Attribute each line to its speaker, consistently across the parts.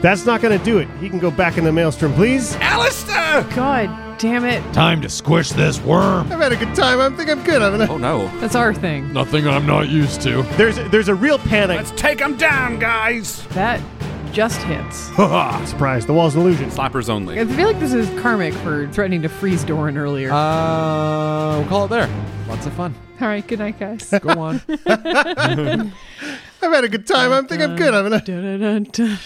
Speaker 1: That's not going to do it. He can go back in the maelstrom, please.
Speaker 2: Alistair!
Speaker 3: God damn it.
Speaker 4: Time to squish this worm.
Speaker 1: I've had a good time. I think I'm good. I'm gonna...
Speaker 2: Oh no.
Speaker 3: That's our thing.
Speaker 4: Nothing I'm not used to.
Speaker 1: There's there's a real panic.
Speaker 2: Let's take him down, guys!
Speaker 3: That just hits.
Speaker 1: Surprise! The wall's an illusion.
Speaker 2: Slappers
Speaker 3: I
Speaker 2: only.
Speaker 3: feel like this is karmic for threatening to freeze Doran earlier.
Speaker 4: Uh, we'll call it there. Lots of fun.
Speaker 3: All right, good night, guys.
Speaker 4: Go on.
Speaker 1: I've had a good time. I think I'm good. I'm gonna.
Speaker 3: Dun-dun-dun-dun.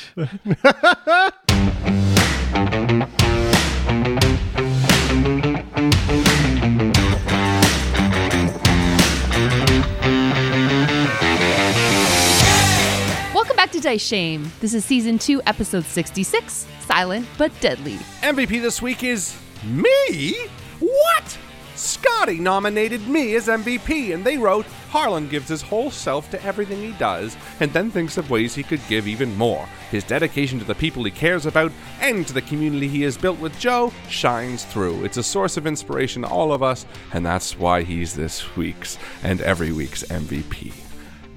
Speaker 5: Welcome back to Dice Shame. This is season two, episode 66 Silent but Deadly.
Speaker 2: MVP this week is me? What? Scotty nominated me as MVP, and they wrote Harlan gives his whole self to everything he does, and then thinks of ways he could give even more. His dedication to the people he cares about and to the community he has built with Joe shines through. It's a source of inspiration to all of us, and that's why he's this week's and every week's MVP.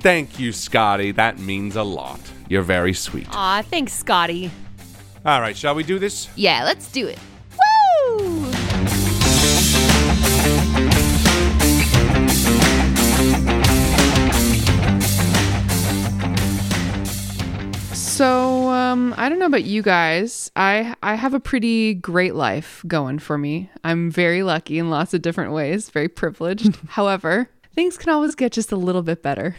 Speaker 2: Thank you, Scotty. That means a lot. You're very sweet.
Speaker 5: Aw, thanks, Scotty.
Speaker 2: All right, shall we do this?
Speaker 5: Yeah, let's do it. Woo!
Speaker 3: So um, I don't know about you guys. I I have a pretty great life going for me. I'm very lucky in lots of different ways. Very privileged. However, things can always get just a little bit better.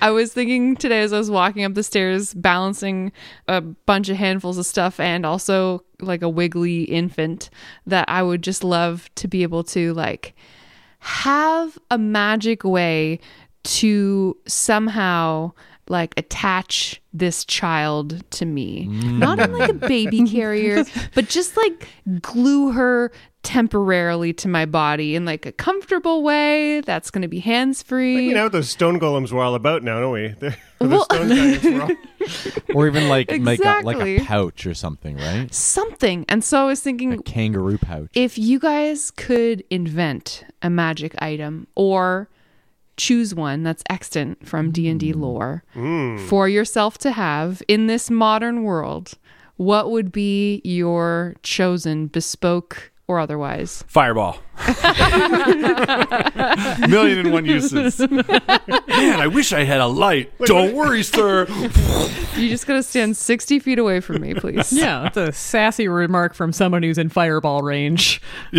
Speaker 3: I was thinking today as I was walking up the stairs, balancing a bunch of handfuls of stuff and also like a wiggly infant, that I would just love to be able to like have a magic way to somehow like attach this child to me not in like a baby carrier but just like glue her temporarily to my body in like a comfortable way that's going to be hands free
Speaker 1: You know what those stone golems were all about now, don't we? They're, those stone giants were all...
Speaker 4: or even like make a, like
Speaker 3: Exactly.
Speaker 4: a pouch or something, right?
Speaker 3: something and so i was thinking
Speaker 4: A kangaroo pouch.
Speaker 3: If you guys could invent a magic item or choose one that's extant from D&D lore for yourself to have in this modern world, what would be your chosen bespoke or otherwise?
Speaker 2: Fireball.
Speaker 4: Million and one uses. Man, I wish I had a light. Don't worry, sir.
Speaker 3: You just got to stand 60 feet away from me, please.
Speaker 6: Yeah, that's a sassy remark from someone who's in fireball range.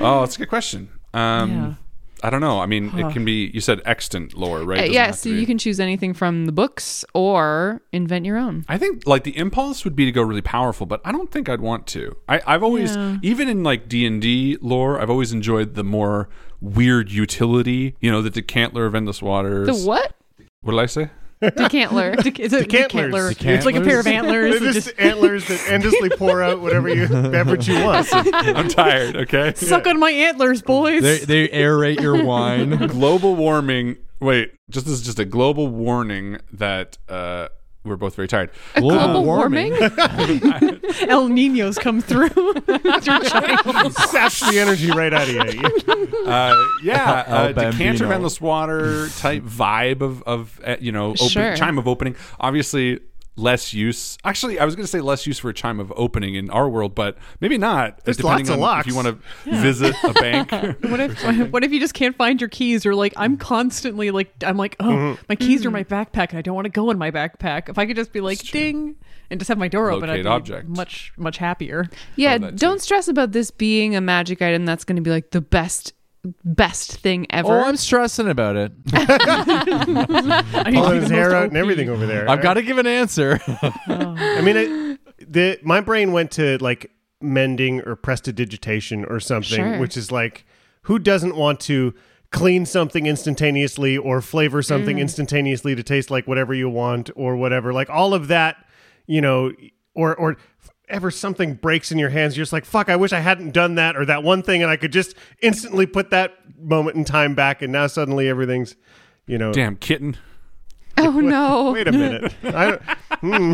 Speaker 2: Oh, it's a good question. Um,
Speaker 6: Yeah.
Speaker 2: I don't know. I mean, it can be. You said extant lore,
Speaker 3: Uh,
Speaker 2: right? It doesn't
Speaker 3: yeah,
Speaker 2: have to
Speaker 3: so
Speaker 2: be-
Speaker 3: you can choose anything from the books or invent your own.
Speaker 2: I think like the impulse would be to go really powerful, but I don't think I'd want to. I, I've always, even in like D and D lore, I've always enjoyed the more weird utility. You know, the decantler of endless waters.
Speaker 3: The what?
Speaker 2: What did I say?
Speaker 3: Decantler.
Speaker 6: Is it
Speaker 1: Decantlers.
Speaker 6: decantler? It's like a pair of antlers. that
Speaker 1: They're just, antlers that endlessly pour out whatever you beverage you want.
Speaker 4: I'm tired, okay?
Speaker 6: Suck on my antlers, boys.
Speaker 4: They, they aerate your wine. global warming. Wait, just this is just a global warning that uh, we're both very tired.
Speaker 3: Uh,
Speaker 6: global warming? El Ninos come through.
Speaker 1: Saps the energy right out of you.
Speaker 4: Uh, yeah,
Speaker 1: El
Speaker 4: uh, decanter
Speaker 1: Bambino.
Speaker 4: endless water type vibe of of uh, you know open,
Speaker 1: Sure.
Speaker 4: chime of opening. Obviously, less use. Actually, I was going to say less use for a chime of opening in our world, but maybe not. uh,
Speaker 1: There's
Speaker 4: depending
Speaker 1: lots of
Speaker 4: on
Speaker 1: locks.
Speaker 4: if you want to visit a bank.
Speaker 6: what if what if you just can't find your keys or like
Speaker 4: Mm-hmm.
Speaker 6: I'm constantly like I'm like oh
Speaker 4: Mhm.
Speaker 6: my keys are in my backpack and I don't want to go in my backpack. If I could just be like ding and just have my door open, I'd
Speaker 4: Locate
Speaker 6: be
Speaker 4: object.
Speaker 6: much much happier.
Speaker 3: Yeah, don't stress about this being a magic item that's going to be like the best, best thing ever.
Speaker 7: Oh, I'm stressing about it.
Speaker 6: I
Speaker 7: need to be
Speaker 1: Pulling his
Speaker 7: the
Speaker 1: hair
Speaker 7: most
Speaker 1: out
Speaker 7: OP.
Speaker 1: and everything over there.
Speaker 7: I've got to give an answer.
Speaker 1: I mean, it, the my brain went to like mending or prestidigitation or something,
Speaker 7: Sure.
Speaker 1: which is like, who doesn't want to clean something instantaneously or flavor something
Speaker 7: Mm.
Speaker 1: instantaneously to taste like whatever you want or whatever? Like all of that, you know, or or ever something breaks in your hands, you're just like, fuck, I wish I hadn't done that or that one thing, and I could just instantly put that moment in time back, and now suddenly everything's, you know,
Speaker 4: damn kitten.
Speaker 3: Oh no!
Speaker 1: Wait a minute. I don't,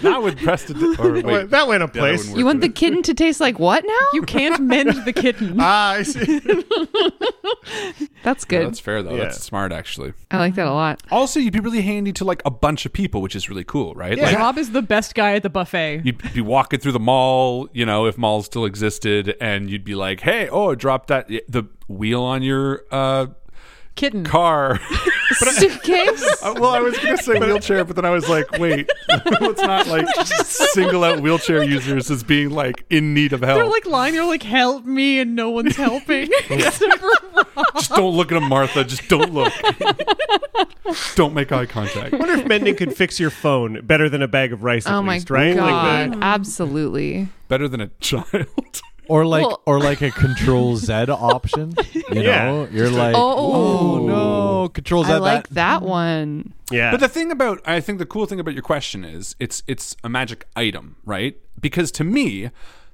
Speaker 4: That would prestid- or wait.
Speaker 1: Well, that went a
Speaker 4: Yeah, that
Speaker 1: place.
Speaker 4: wouldn't
Speaker 3: You want the kitten to taste like what now?
Speaker 6: You can't mend the kitten.
Speaker 1: ah, I see.
Speaker 3: That's
Speaker 4: Yeah,
Speaker 3: good.
Speaker 4: that's fair though. That's smart actually.
Speaker 3: I like that a lot.
Speaker 4: Also, you'd be really handy to like a bunch of people, which is really cool, right?
Speaker 6: Yeah,
Speaker 4: Like,
Speaker 6: Rob is the best guy at the buffet.
Speaker 4: You'd be walking through the mall, you know, if malls still existed, and you'd be like, "Hey, oh, drop that the wheel on your uh,
Speaker 6: kitten
Speaker 4: car." Oh,
Speaker 3: Suitcase.
Speaker 4: Uh, well, I was gonna say wheelchair, but then I was like, "Wait, let's not like single out wheelchair users as being like in need of
Speaker 6: They're
Speaker 4: help."
Speaker 6: like lying there, like help me, and no one's helping. Except for Rob.
Speaker 4: Just don't look at them, Martha. Just don't look. don't make eye contact.
Speaker 1: I wonder if mending could fix your phone better than a bag of rice. At
Speaker 3: Oh my
Speaker 1: least, right?
Speaker 3: god! Mm.
Speaker 1: Like the-
Speaker 3: Absolutely.
Speaker 4: Better than a child.
Speaker 7: Or like
Speaker 3: Well-
Speaker 7: or like a control Z option. You
Speaker 4: Yeah.
Speaker 7: know? You're
Speaker 4: Just
Speaker 7: like,
Speaker 4: like-
Speaker 7: oh,
Speaker 3: Oh.
Speaker 7: no, control Z
Speaker 3: I
Speaker 7: that.
Speaker 3: like that one.
Speaker 1: Yeah.
Speaker 4: But the thing about I think the cool thing about your question is it's it's a magic item, right? Because to me,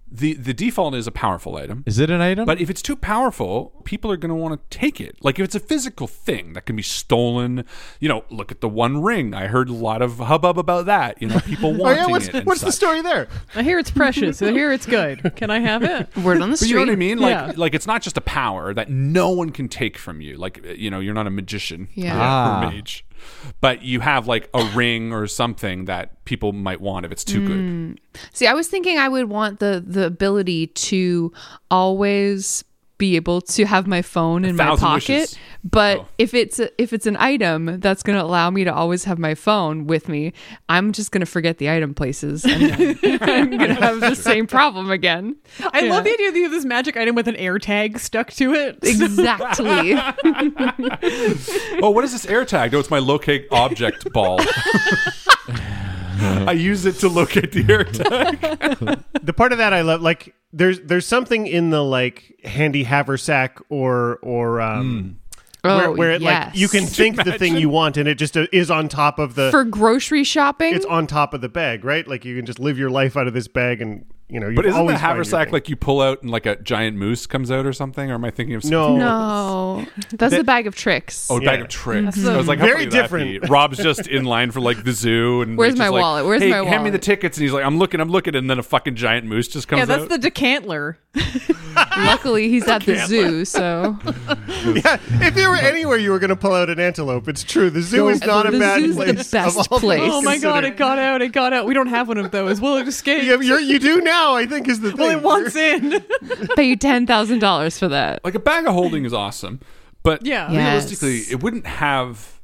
Speaker 4: the the default is a powerful item.
Speaker 7: Is it an item?
Speaker 4: But if it's too powerful, people are going to want to take it. Like if it's a physical thing that can be stolen, you know, look at the One Ring. I heard a lot of hubbub about that. You know, people
Speaker 1: Oh,
Speaker 4: wanting
Speaker 1: yeah, what's,
Speaker 4: it. and
Speaker 1: what's the
Speaker 4: such.
Speaker 1: story there?
Speaker 6: I hear it's precious. I hear it's good. Can I have it?
Speaker 3: Word on
Speaker 4: but you know what I mean? Like,
Speaker 6: yeah.
Speaker 4: like it's not just a power that no one can take from you. Like, uh, you know, you're not a magician
Speaker 6: Yeah.
Speaker 4: or
Speaker 6: Ah.
Speaker 4: mage, but you have like a ring or something that people might want if it's too good.
Speaker 3: Mm. See, I was thinking I would want the the ability to always be able to have my phone in my
Speaker 4: thousand
Speaker 3: pocket,
Speaker 4: wishes.
Speaker 3: but
Speaker 1: Oh.
Speaker 3: if it's a, if it's an item that's going to allow me to always have my phone with me, I'm just going to forget the item places. And then I'm going to have the same problem again.
Speaker 6: I love
Speaker 3: Yeah.
Speaker 6: the idea that you have this magic item with an air tag stuck to it.
Speaker 3: Exactly.
Speaker 4: Oh, what is this air tag? Oh, it's my locate object ball. I use it to locate the air tag.
Speaker 1: the part of that I love, like there's there's something in the like handy haversack or or um,
Speaker 3: Mm.
Speaker 1: where,
Speaker 3: Oh,
Speaker 1: where it
Speaker 3: yes.
Speaker 1: like you can
Speaker 3: Could you
Speaker 1: think the thing
Speaker 3: imagine?
Speaker 1: you want, and it just uh, is on top of the
Speaker 3: For grocery shopping,
Speaker 1: it's on top of the bag, right? Like you can just live your life out of this bag, and you know you
Speaker 4: But isn't
Speaker 1: always
Speaker 4: the
Speaker 1: find your
Speaker 4: haversack
Speaker 1: thing.
Speaker 4: like you pull out and like a giant moose comes out or something? Or am I thinking of something?
Speaker 3: no, that's the bag of tricks.
Speaker 4: Oh, bag of tricks.
Speaker 3: Mhm.
Speaker 4: I was like, how
Speaker 1: Very
Speaker 4: funny would that
Speaker 1: different.
Speaker 4: be? Rob's just in line for like the zoo, and
Speaker 3: Where's
Speaker 4: it's
Speaker 3: my
Speaker 4: just like,
Speaker 3: wallet? Where's
Speaker 4: "Hey,
Speaker 3: my
Speaker 4: Hand me the
Speaker 3: wallet?"
Speaker 4: tickets, and he's like, I'm looking, I'm looking, and then a fucking giant moose just comes
Speaker 6: yeah, that's
Speaker 4: out.
Speaker 6: the decantler.
Speaker 3: Luckily, he's at the
Speaker 4: Can't
Speaker 3: zoo, so
Speaker 1: yeah, if you were anywhere, you were going to pull out an antelope. It's true. The zoo is not a
Speaker 6: The
Speaker 1: bad
Speaker 6: zoo's the
Speaker 1: place.
Speaker 3: best
Speaker 1: of all
Speaker 3: place.
Speaker 1: things
Speaker 6: Oh my god,
Speaker 1: considered.
Speaker 6: it got out! It got out. We don't have one of those. Well, it escaped.
Speaker 1: Yeah, you're, you do now. I think is the thing.
Speaker 6: Well, it wants in.
Speaker 3: pay you ten thousand dollars for that.
Speaker 4: like a bag of holding is awesome, but
Speaker 6: Yeah.
Speaker 4: realistically, it wouldn't have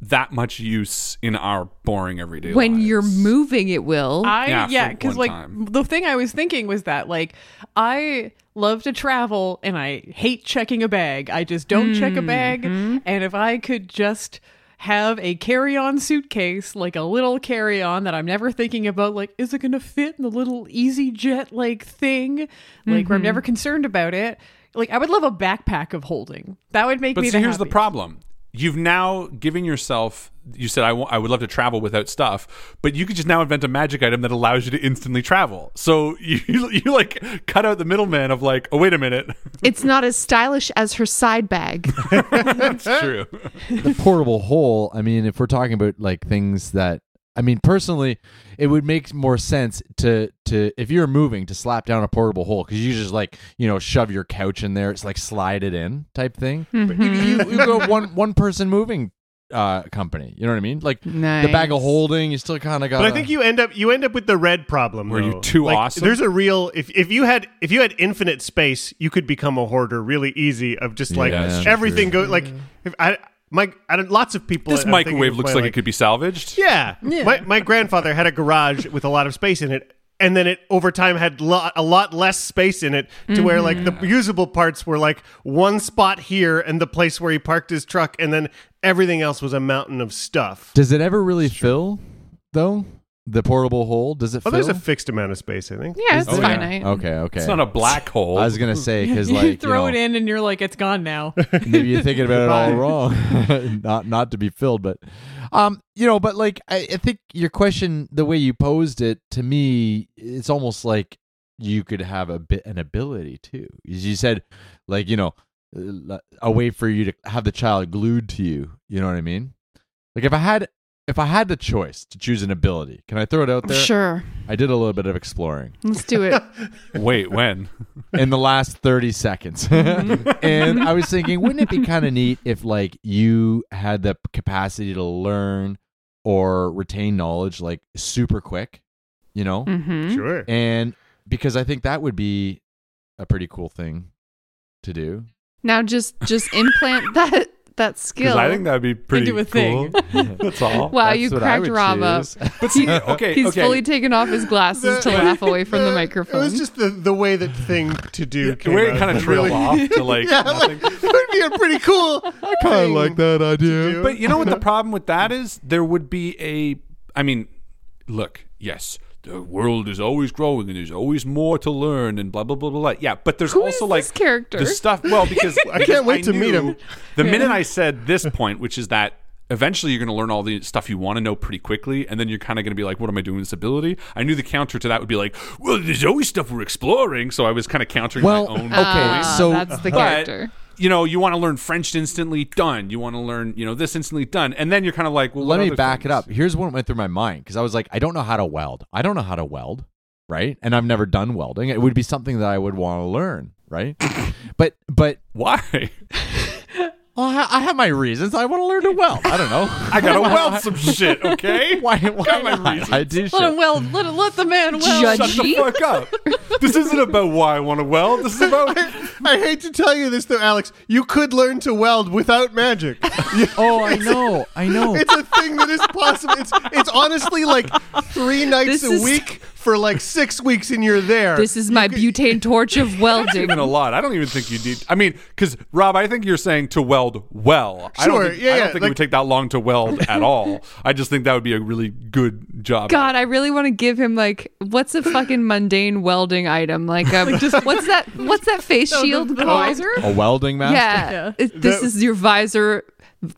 Speaker 4: that much use in our boring everyday life.
Speaker 3: when you're moving, it will.
Speaker 6: I yeah,
Speaker 4: for
Speaker 6: because
Speaker 4: one
Speaker 6: like
Speaker 4: time.
Speaker 6: the thing I was thinking was that like I love to travel and I hate checking a bag. I just don't check a bag,
Speaker 4: Mm-hmm.
Speaker 6: and if I could just have a carry-on suitcase, like a little carry-on that I'm never thinking about, like is it going to fit in the little easy jet like thing, like where I'm
Speaker 4: Mm-hmm.
Speaker 6: never concerned about it. Like I would love a backpack of holding. That would make
Speaker 4: But
Speaker 6: me.
Speaker 4: see,
Speaker 6: the
Speaker 4: here's the
Speaker 6: happiest.
Speaker 4: problem. you've now given yourself you said I wa- I would love to travel without stuff but you could just now invent a magic item that allows you to instantly travel so you you like cut out the middleman of like oh wait a minute
Speaker 3: It's not as stylish as her side bag.
Speaker 4: that's true
Speaker 7: the portable hole. I mean, if we're talking about like things that I mean, personally, it would make more sense to to if you're moving to slap down a portable hole because you just like you know shove your couch in there. It's like slide it in type thing.
Speaker 6: Hmm.
Speaker 7: But you, you, you go one one person moving uh company. You know what I mean? Like the bag of holding. You still kind of got.
Speaker 1: But I think you end up you end up with the red problem.
Speaker 7: Were you
Speaker 1: though.
Speaker 7: too
Speaker 1: Like,
Speaker 7: awesome?
Speaker 1: There's a real if if you had if you had infinite space, you could become a hoarder really easy. Of just like
Speaker 4: Yeah, that's
Speaker 1: everything
Speaker 4: true.
Speaker 1: go like if I my I don't, lots of people.
Speaker 4: this
Speaker 1: I'm thinking
Speaker 4: microwave
Speaker 1: of
Speaker 4: looks
Speaker 1: my,
Speaker 4: like, it could be salvaged
Speaker 1: Yeah. My, my grandfather had a garage with a lot of space in it. And then it over time had lo- a lot less space in it to where like the
Speaker 4: Mm-hmm.
Speaker 1: usable parts were like one spot here and the place where he parked his truck. And then everything else was a mountain of stuff.
Speaker 7: Does it ever really fill though? The portable hole does it?
Speaker 1: Oh,
Speaker 7: fill?
Speaker 1: there's a fixed amount of space, I think.
Speaker 6: Yeah, it's
Speaker 7: Oh,
Speaker 6: finite.
Speaker 7: Okay, okay.
Speaker 4: It's not a black hole.
Speaker 7: I was gonna say because
Speaker 6: you
Speaker 7: like you
Speaker 6: throw
Speaker 7: know,
Speaker 6: it in and you're like, it's gone now.
Speaker 7: maybe you're thinking about it all
Speaker 6: Bye.
Speaker 7: wrong not not to be filled but um you know but like I, I think your question the way you posed it to me it's almost like you could have a bit an ability too As you said like you know uh, a way for you to have the child glued to you you know what i mean like if i had if i had the choice to choose an ability can i throw it out there
Speaker 3: Sure.
Speaker 7: i did a little bit of exploring
Speaker 3: Let's do it.
Speaker 4: wait when
Speaker 7: in the last 30 seconds.
Speaker 3: Mm-hmm.
Speaker 7: and I was thinking, wouldn't it be kind of neat if like you had the capacity to learn or retain knowledge like super quick, you know?
Speaker 3: Mhm.
Speaker 1: Sure.
Speaker 7: And because I think that would be a pretty cool thing to do.
Speaker 3: Now just just implant that that
Speaker 4: because
Speaker 3: skill.
Speaker 4: I think that would be pretty
Speaker 3: Into a thing.
Speaker 4: cool. That's all.
Speaker 3: Wow, you cracked Rob up.
Speaker 4: But see, okay,
Speaker 3: He's
Speaker 4: okay.
Speaker 3: fully taken off his glasses to laugh away from the
Speaker 1: Uh, It
Speaker 3: microphone.
Speaker 1: was just the, the way that thing to do
Speaker 4: the way it kind of trailed off to like
Speaker 1: yeah,
Speaker 4: nothing.
Speaker 1: like, it would be a pretty cool. I
Speaker 7: kind of like that idea.
Speaker 4: But you know what the problem with that is? There would be a. I mean, look, yes, the world is always growing and there's always more to learn and blah blah blah blah. blah. Yeah, but there's
Speaker 3: Who is
Speaker 4: also like
Speaker 3: this character?
Speaker 4: the stuff. Well, because
Speaker 1: I
Speaker 4: because
Speaker 1: can't wait to meet
Speaker 4: knew
Speaker 1: him.
Speaker 4: The minute I said this point, which is that. Eventually, you're going to learn all the stuff you want to know pretty quickly, and then you're kind of going to be like, "What am I doing with this ability?" I knew the counter to that would be like, "Well, there's always stuff we're exploring," so I was kind of countering
Speaker 7: Well,
Speaker 4: my own.
Speaker 7: okay,
Speaker 4: point.
Speaker 7: so-
Speaker 3: Ah, that's the
Speaker 4: But,
Speaker 3: character.
Speaker 4: you know, you want to learn French instantly, done. You want to learn, you know, this instantly, done. And then you're kind of like, well,
Speaker 7: Let
Speaker 4: what
Speaker 7: me
Speaker 4: other
Speaker 7: back
Speaker 4: things?
Speaker 7: it up. Here's what went through my mind because I was like, I don't know how to weld. I don't know how to weld, right? And I've never done welding. It would be something that I would want to learn, right? but but
Speaker 4: Why?
Speaker 7: Well, I, I have my reasons. I want to learn to weld. I don't know.
Speaker 4: I gotta weld some shit, okay?
Speaker 7: Why? Why
Speaker 4: Got my
Speaker 7: not?
Speaker 4: reasons.
Speaker 7: I do
Speaker 6: let him
Speaker 7: shit.
Speaker 6: weld. Let, let the man weld.
Speaker 3: Judge-
Speaker 4: Shut the
Speaker 3: Gee.
Speaker 4: fuck up. This isn't about why I want to weld. This is about.
Speaker 1: I hate to tell you this though, Alex. You could learn to weld without magic.
Speaker 7: Oh, I know. I know.
Speaker 1: it's a thing that is possible. It's it's honestly like three nights
Speaker 3: This
Speaker 1: a
Speaker 3: is-
Speaker 1: week for like six weeks, and you're there.
Speaker 3: This is my butane torch of welding.
Speaker 4: Even a lot. I don't even think you need. I mean, because Rob, I think you're saying to weld well. I don't
Speaker 1: Sure,
Speaker 4: think,
Speaker 1: yeah,
Speaker 4: I don't
Speaker 1: yeah,
Speaker 4: think it
Speaker 1: like-
Speaker 4: would take that long to weld at all. I just think that would be a really good job.
Speaker 3: God, I really want to give him like what's a fucking mundane welding item? Like, um, what's that? What's that face shield called?
Speaker 6: Visor?
Speaker 7: A welding master.
Speaker 3: Yeah, It- this
Speaker 1: That-
Speaker 3: is your visor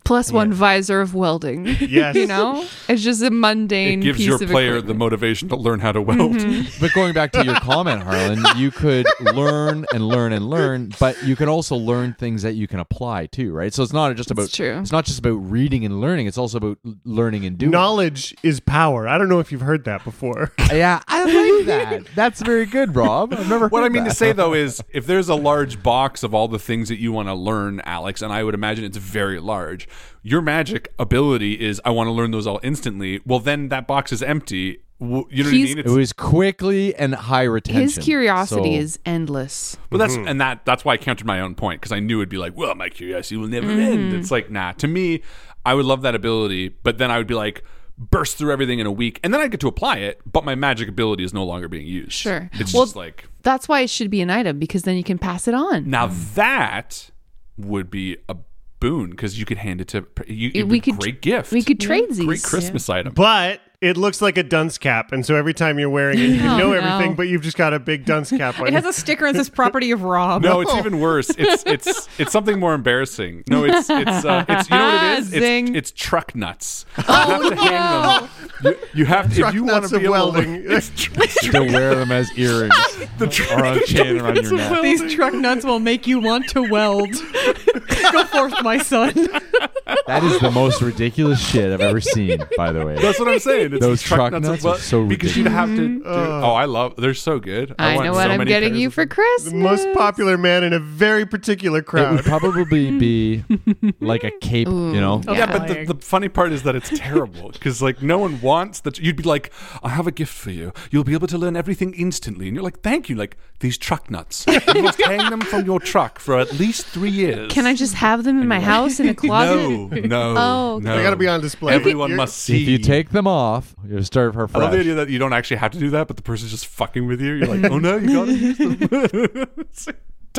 Speaker 3: plus one visor of welding.
Speaker 1: Yes.
Speaker 3: you know, it's just a
Speaker 4: It
Speaker 3: mundane.
Speaker 4: gives
Speaker 3: piece
Speaker 4: your
Speaker 3: of
Speaker 4: player the
Speaker 3: equipment. Mm-hmm.
Speaker 4: motivation to learn how to weld.
Speaker 7: But going back to your comment, Harlan, you could learn and learn and learn, but you can also learn things that you can apply too, right? So it's not just about
Speaker 3: true.
Speaker 7: It's not just about reading and learning. It's also about l- learning and doing.
Speaker 1: knowledge is power. I don't know if you've heard that before.
Speaker 7: Yeah, I like that. That's very good, Rob. I've never.
Speaker 4: What I
Speaker 7: heard
Speaker 4: mean
Speaker 7: that.
Speaker 4: to say though is, if there's a large box of all the things that you want to learn, Alex, and I would imagine it's very large, your magic ability is I want to learn those all instantly. Well, then that box is empty. W- You know
Speaker 3: He's-
Speaker 4: what I mean?
Speaker 7: it was quickly and high retention.
Speaker 3: His curiosity
Speaker 7: so-
Speaker 3: is endless.
Speaker 4: but that's and that that's why I countered my own point because I knew it'd be like, well, my curiosity will never end.
Speaker 3: Mm-hmm.
Speaker 4: It's like, nah. To me, I would love that ability, but then I would be like. Burst through everything in a week, and then I get to apply it. But my magic ability is no longer being used.
Speaker 3: Sure.
Speaker 4: it's
Speaker 3: Well,
Speaker 4: just like
Speaker 3: That's why it should be an item because then you can pass it on.
Speaker 4: Now that would be a boon because you could hand it to you.
Speaker 3: It-
Speaker 4: It'd
Speaker 3: we
Speaker 4: be a
Speaker 3: could
Speaker 4: great gift.
Speaker 3: We could trade these.
Speaker 4: great Christmas item.
Speaker 1: But It looks like a dunce cap, and so every time you're wearing it, you
Speaker 6: Oh,
Speaker 1: know
Speaker 6: no.
Speaker 1: everything, but you've just got a big dunce cap on.
Speaker 6: It has
Speaker 1: you.
Speaker 6: a sticker that says "Property of Rob."
Speaker 4: No, it's even worse. It's it's it's something more embarrassing. No, it's it's uh, it's you know what it is. It's,
Speaker 6: Zing.
Speaker 4: it's truck nuts.
Speaker 6: Oh,
Speaker 4: You, you have to if
Speaker 1: Truck
Speaker 4: you want
Speaker 1: nuts
Speaker 4: to
Speaker 1: of
Speaker 4: be able to-
Speaker 1: welding.
Speaker 4: it's tr-
Speaker 7: to wear them as earrings or on a chain around your neck.
Speaker 6: These truck nuts will make you want to weld. Go forth, my son.
Speaker 7: That is the most ridiculous shit I've ever seen. By the way,
Speaker 4: That's what I'm saying. It's
Speaker 7: Those truck
Speaker 4: of
Speaker 7: nuts
Speaker 4: wel-
Speaker 7: are so ridiculous.
Speaker 4: because you'd have to. do- oh, I love. They're so good. I,
Speaker 3: Mm-hmm. I
Speaker 4: want
Speaker 3: know what
Speaker 4: so
Speaker 3: I'm
Speaker 4: many
Speaker 3: getting
Speaker 4: pairs
Speaker 3: you
Speaker 4: of
Speaker 3: for Christmas.
Speaker 1: the most popular man in a very particular
Speaker 7: it would
Speaker 1: crowd.
Speaker 7: probably be like a cape, you know.
Speaker 4: Yeah, but the, the funny part is that it's terrible because like no one wants that. You'd be like, I have a gift for you. You'll be able to learn everything instantly, and you're like, thank you. Like these truck nuts, you must hang them from your truck for at least three years.
Speaker 3: Can I just have them in my house in a closet?
Speaker 4: No, no,
Speaker 3: Oh,
Speaker 4: no.
Speaker 1: They gotta be on display.
Speaker 4: Everyone
Speaker 1: You're-
Speaker 4: must see.
Speaker 7: If you take them off, you serve her
Speaker 4: I love the
Speaker 7: fresh.
Speaker 4: idea that you don't actually have to do that, but the person's just fucking with you. You're like, oh no, you gotta use them. It's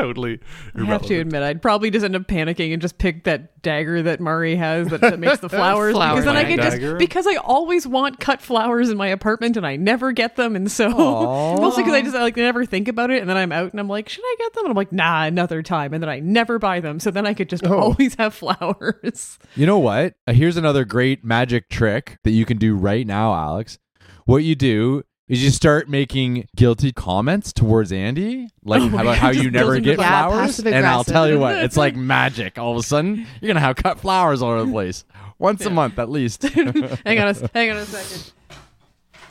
Speaker 4: totally.
Speaker 6: I have to
Speaker 4: irrelevant.
Speaker 6: admit, I'd probably just end up panicking and just pick that dagger that Murray has that, that makes the flowers.
Speaker 3: Flower
Speaker 6: because then I could
Speaker 4: dagger.
Speaker 6: just because I always want cut flowers in my apartment and I never get them, and so mostly because I just like never think about it, and then I'm out and I'm like, should I get them? And I'm like, nah, another time, and then I never buy them, so then I could just always have flowers.
Speaker 7: You know what? Uh, Here's another great magic trick that you can do right now, Alex. What you do is you start making guilty comments towards Andy, like
Speaker 6: Oh my
Speaker 7: about
Speaker 6: God,
Speaker 7: how
Speaker 6: just
Speaker 7: you never
Speaker 6: building
Speaker 7: get
Speaker 6: the-
Speaker 3: Yeah,
Speaker 7: flowers.
Speaker 3: passive
Speaker 7: And I'll
Speaker 3: aggressive.
Speaker 7: tell you what, it's like magic. All of a sudden, you're gonna have cut flowers all over the place once a month at least.
Speaker 6: hang on, a, s- hang on a second.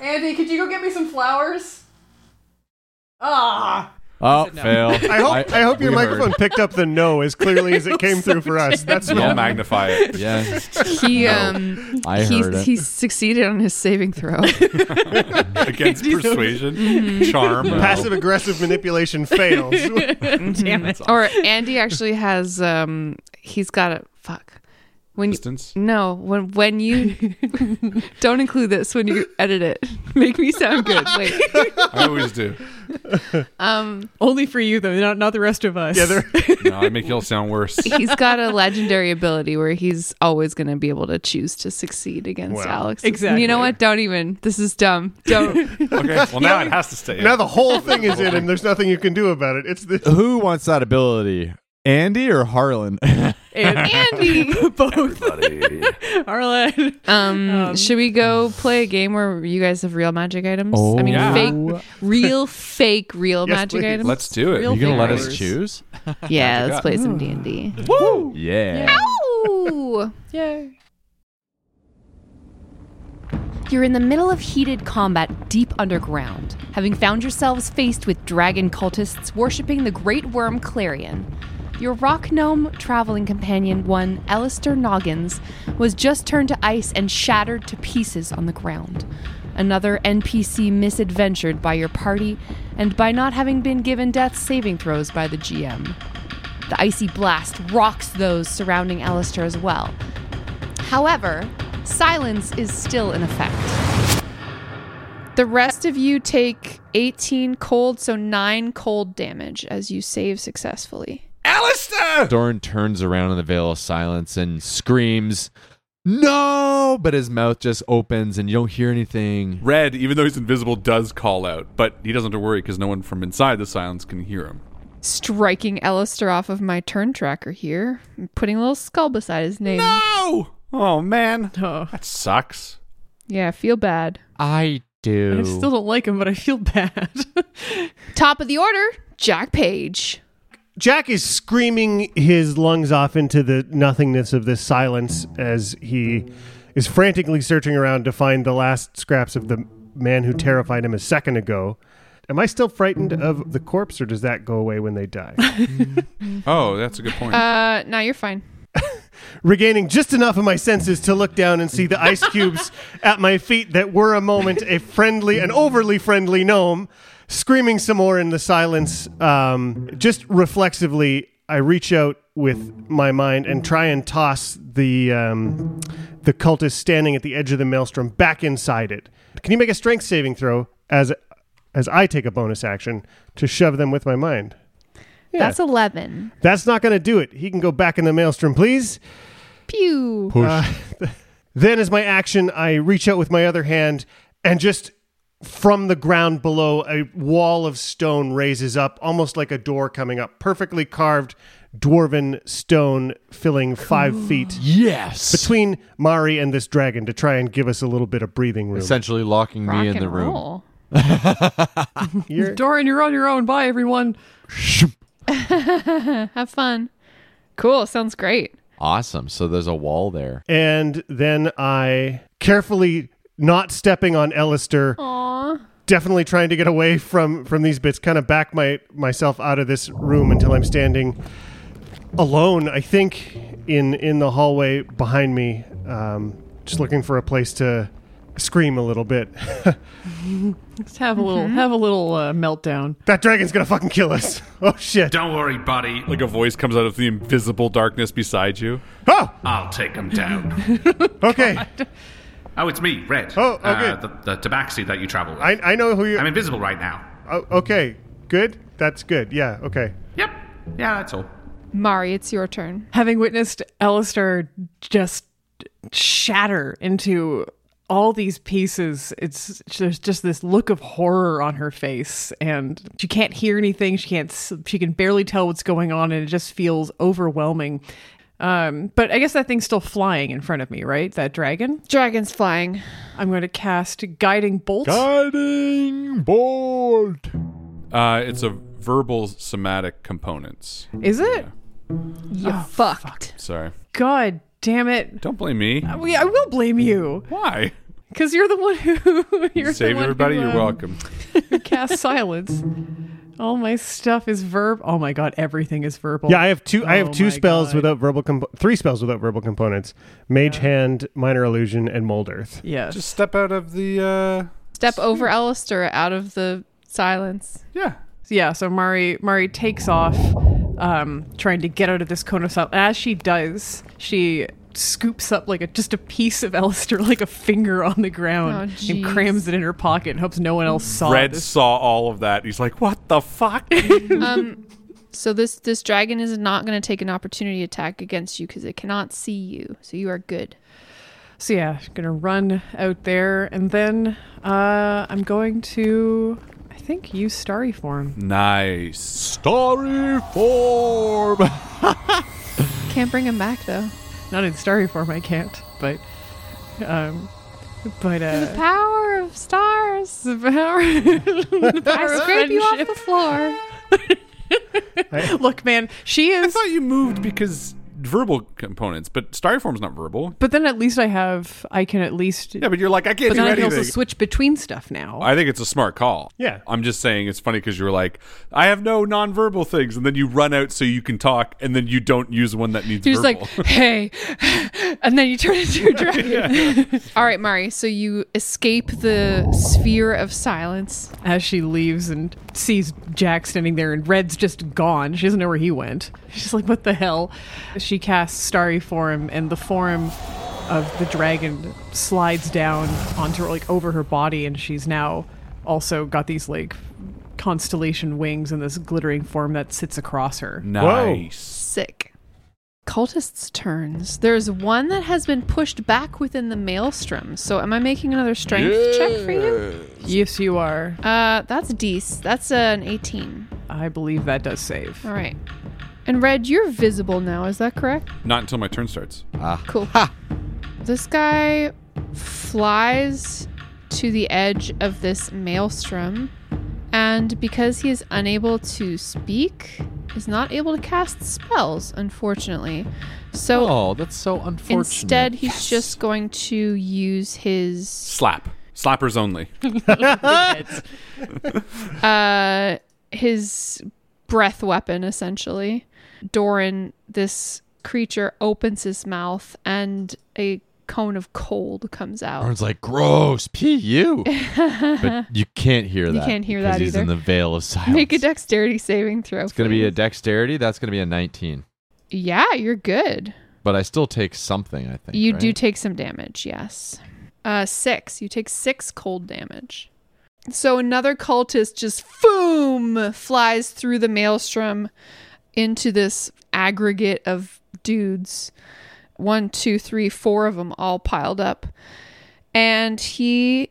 Speaker 6: Andy, could you go get me some flowers? Ah,
Speaker 7: oh, fail.
Speaker 1: I hope I, hope your
Speaker 7: we heard.
Speaker 1: microphone picked up the no as clearly as it came through for us. That's
Speaker 4: I'll magnify it.
Speaker 7: Yeah,
Speaker 3: He um
Speaker 7: I
Speaker 3: he,
Speaker 7: heard it.
Speaker 3: he succeeded on his saving throw.
Speaker 4: Against persuasion, charm.
Speaker 1: passive aggressive manipulation fails.
Speaker 6: damn it!
Speaker 3: Mm-hmm. or Andy actually has um he's got a fuck. When you,
Speaker 4: Resistance.
Speaker 3: no, when when you don't include this when you edit it. Make me sound good. Wait.
Speaker 4: I always do.
Speaker 3: Um
Speaker 6: Only for you though, not not the rest of us.
Speaker 1: yeah, they're
Speaker 4: No, I make y'all sound worse.
Speaker 3: he's got a legendary ability where he's always going to be able to choose to succeed against
Speaker 1: Well,
Speaker 3: Alex.
Speaker 6: exactly.
Speaker 3: You know what? Don't even. This is dumb. Don't.
Speaker 4: Okay, well now it has to stay. in.
Speaker 1: now the whole thing is in, and there's nothing you can do about it. It's the
Speaker 7: Who wants that ability? Andy or Harlan?
Speaker 6: and
Speaker 3: Andy.
Speaker 6: both. Arlen.
Speaker 3: Um, should we go play a game where you guys have real magic items? I mean,
Speaker 6: Oh.
Speaker 4: Yeah.
Speaker 3: fake, real, fake, real
Speaker 1: Yes,
Speaker 3: magic
Speaker 1: please.
Speaker 3: items.
Speaker 4: Let's do it.
Speaker 6: Real
Speaker 7: you gonna let us
Speaker 6: figures.
Speaker 7: choose?
Speaker 3: yeah, let's
Speaker 4: up.
Speaker 3: play some D and D.
Speaker 7: Yeah.
Speaker 5: Ooh. You're in the middle of heated combat deep underground, having found yourselves faced with dragon cultists worshipping the great worm Clarion. Your rock gnome traveling companion, one Alistair Noggins, was just turned to ice and shattered to pieces on the ground. Another NPC misadventured by your party and by not having been given death saving throws by the GM. The icy blast rocks those surrounding Alistair as well. However, silence is still in effect.
Speaker 3: The rest of you take 18 cold, so nine cold damage as you save successfully.
Speaker 4: Alistair.
Speaker 7: Doran turns around in the veil of silence and screams, No! But his mouth just opens and you don't hear anything.
Speaker 4: Red, even though he's invisible, does call out, but he doesn't have to worry because no one from inside the silence can hear him.
Speaker 3: Striking Alistair off of my turn tracker here, and putting a little skull beside his name.
Speaker 4: No! Oh man,
Speaker 6: Oh.
Speaker 4: that sucks.
Speaker 3: Yeah, feel bad.
Speaker 7: I do.
Speaker 6: I still don't like him, but I feel bad.
Speaker 3: Top of the order, Jack Page.
Speaker 1: Jack is screaming his lungs off into the nothingness of this silence as he is frantically searching around to find the last scraps of the man who terrified him a second ago. Am I still frightened of the corpse, or does that go away when they die?
Speaker 4: Oh, that's a good point.
Speaker 3: Uh, no, you're fine.
Speaker 1: regaining just enough of my senses to look down and see the ice cubes at my feet that were a moment a friendly, an overly friendly gnome, screaming some more in the silence. Um, just reflexively, I reach out with my mind and try and toss the um, the cultist standing at the edge of the maelstrom back inside it. Can you make a strength saving throw as as I take a bonus action to shove them with my mind? Yeah.
Speaker 3: That's 11.
Speaker 1: That's not going to do it. He can go back in the maelstrom, please.
Speaker 3: Pew.
Speaker 7: push.
Speaker 1: Then, as my action, I reach out with my other hand and just from the ground below, a wall of stone raises up, almost like a door coming up, perfectly carved dwarven stone filling five feet.
Speaker 7: Yes.
Speaker 1: Between Mari and this dragon to try and give us a little bit of breathing room.
Speaker 7: Essentially locking
Speaker 3: Rock
Speaker 7: me in
Speaker 3: and
Speaker 7: the room.
Speaker 3: roll.
Speaker 1: You're-
Speaker 6: Doran, you're on your own. Bye, everyone.
Speaker 3: Have fun. Cool. Sounds great.
Speaker 7: Awesome. So there's a wall there.
Speaker 1: and then I carefully, not stepping on Ellister,
Speaker 3: Aw.
Speaker 1: definitely trying to get away from from these bits kind of back my myself out of this room until i'm standing alone i think in in the hallway behind me um just looking for a place to scream a little bit
Speaker 6: Just have a
Speaker 3: Mm-hmm.
Speaker 6: little, have a little uh, meltdown.
Speaker 1: that dragon's gonna fucking kill us oh shit
Speaker 4: Don't worry, buddy. Like a voice comes out of the invisible darkness beside you.
Speaker 1: oh
Speaker 8: I'll take them down.
Speaker 1: okay
Speaker 8: oh, it's me, Red.
Speaker 1: Oh, okay.
Speaker 8: Uh, the, the tabaxi that you travel with.
Speaker 1: i i know who you
Speaker 8: I'm invisible right now.
Speaker 1: oh, okay good that's good yeah okay
Speaker 8: Yep. Yeah, that's all.
Speaker 3: Mari, it's your turn.
Speaker 6: Having witnessed Alistair just shatter into all these pieces, it's there's just this look of horror on her face, and she can't hear anything. She can't. s- She can barely tell what's going on, and it just feels overwhelming. Um, but I guess that thing's still flying in front of me, right? That dragon.
Speaker 3: Dragon's flying.
Speaker 6: I'm going to cast guiding bolt.
Speaker 4: Guiding bolt. Uh, it's a verbal somatic components.
Speaker 6: Is it? Oh,
Speaker 3: You fucked.
Speaker 4: Sorry.
Speaker 6: God damn it!
Speaker 4: Don't blame me.
Speaker 6: We, I will blame you
Speaker 4: Why?
Speaker 6: because you're the one who you're the
Speaker 4: Saved
Speaker 6: one
Speaker 4: everybody.
Speaker 6: who,
Speaker 4: You're
Speaker 6: um,
Speaker 4: welcome.
Speaker 6: who cast silence. All my stuff is verb. Oh my god, everything is verbal.
Speaker 1: yeah i have two i have
Speaker 6: Oh
Speaker 1: two
Speaker 6: my
Speaker 1: spells
Speaker 6: God.
Speaker 1: without verbal comp- three spells without verbal components mage hand minor illusion and mold earth
Speaker 6: Yes.
Speaker 4: Just step out of the. Uh,
Speaker 3: Step over Alistair out of the silence.
Speaker 4: yeah.
Speaker 6: yeah. So Mari Mari takes off, um, trying to get out of this cone of silence. As she does, she scoops up like a just a piece of Alistair, like a finger on the ground,
Speaker 3: Oh,
Speaker 6: and
Speaker 3: jeez.
Speaker 6: crams it in her pocket and hopes no one else saw
Speaker 4: Red
Speaker 6: this.
Speaker 4: saw all of that. He's like, "What the fuck?"
Speaker 3: So this this dragon is not going to take an opportunity attack against you because it cannot see you. So you are good.
Speaker 6: So yeah, I'm gonna run out there, and then uh, I'm going to, I think, use starry form.
Speaker 4: nice.
Speaker 7: Starry form.
Speaker 3: Can't bring him back though.
Speaker 6: Not in starry form, I can't. But, um, but
Speaker 3: The
Speaker 6: uh,
Speaker 3: power of stars.
Speaker 6: the power, the power
Speaker 3: I
Speaker 6: of
Speaker 3: scrape you off
Speaker 6: friendship.
Speaker 3: the floor.
Speaker 6: Look, man, she
Speaker 4: I
Speaker 6: is.
Speaker 4: thought you moved because verbal components, but starry form's not verbal.
Speaker 6: But then at least I have. I can at least.
Speaker 4: Yeah, but you're like, I can't
Speaker 6: but
Speaker 4: do
Speaker 6: then I can
Speaker 4: anything.
Speaker 6: also switch between stuff now.
Speaker 4: I think it's a smart call.
Speaker 1: Yeah.
Speaker 4: I'm just saying it's funny because you were like, I have no nonverbal things. And then you run out so you can talk. And then you don't use one that needs
Speaker 3: You're just like,
Speaker 4: verbal.
Speaker 3: hey, and then you turn into a dragon. All right, Mari. So you escape the sphere of silence.
Speaker 6: As she leaves and sees Jack standing there, and Red's just gone. She doesn't know where he went. She's like, "What the hell?" She casts Starry Form, and the form of the dragon slides down onto like over her body, and she's now also got these like constellation wings and this glittering form that sits across her.
Speaker 4: nice.
Speaker 3: Sick. Cultists' turns. There's one that has been pushed back within the maelstrom. So am I making another strength check for you?
Speaker 6: Yes, you are.
Speaker 3: Uh, that's dece. That's uh, an 18.
Speaker 6: I believe that does save.
Speaker 3: All right. And Red, you're visible now. Is that correct?
Speaker 4: Not until my turn starts.
Speaker 3: Cool. This guy flies to the edge of this maelstrom, and because he is unable to speak, is not able to cast spells, unfortunately. So
Speaker 7: Oh, that's so unfortunate.
Speaker 3: instead, he's just going to use his
Speaker 4: Slap. Slappers only.
Speaker 3: uh his breath weapon essentially. Doran, this creature opens his mouth, and a cone of cold comes out.
Speaker 7: Everyone's like, gross, pu. but you can't hear that.
Speaker 3: can't hear
Speaker 7: because
Speaker 3: that
Speaker 7: He's in
Speaker 3: either.
Speaker 7: the veil of silence.
Speaker 3: Make a dexterity saving throw.
Speaker 7: It's going to be a dexterity. That's going to be a 19.
Speaker 3: Yeah, you're good.
Speaker 7: But I still take something, I think.
Speaker 3: you do
Speaker 7: right?
Speaker 3: take some damage, yes. Uh, six. You take six cold damage. So another cultist just foom flies through the maelstrom into this aggregate of dudes one, two, three, four of them all piled up. And he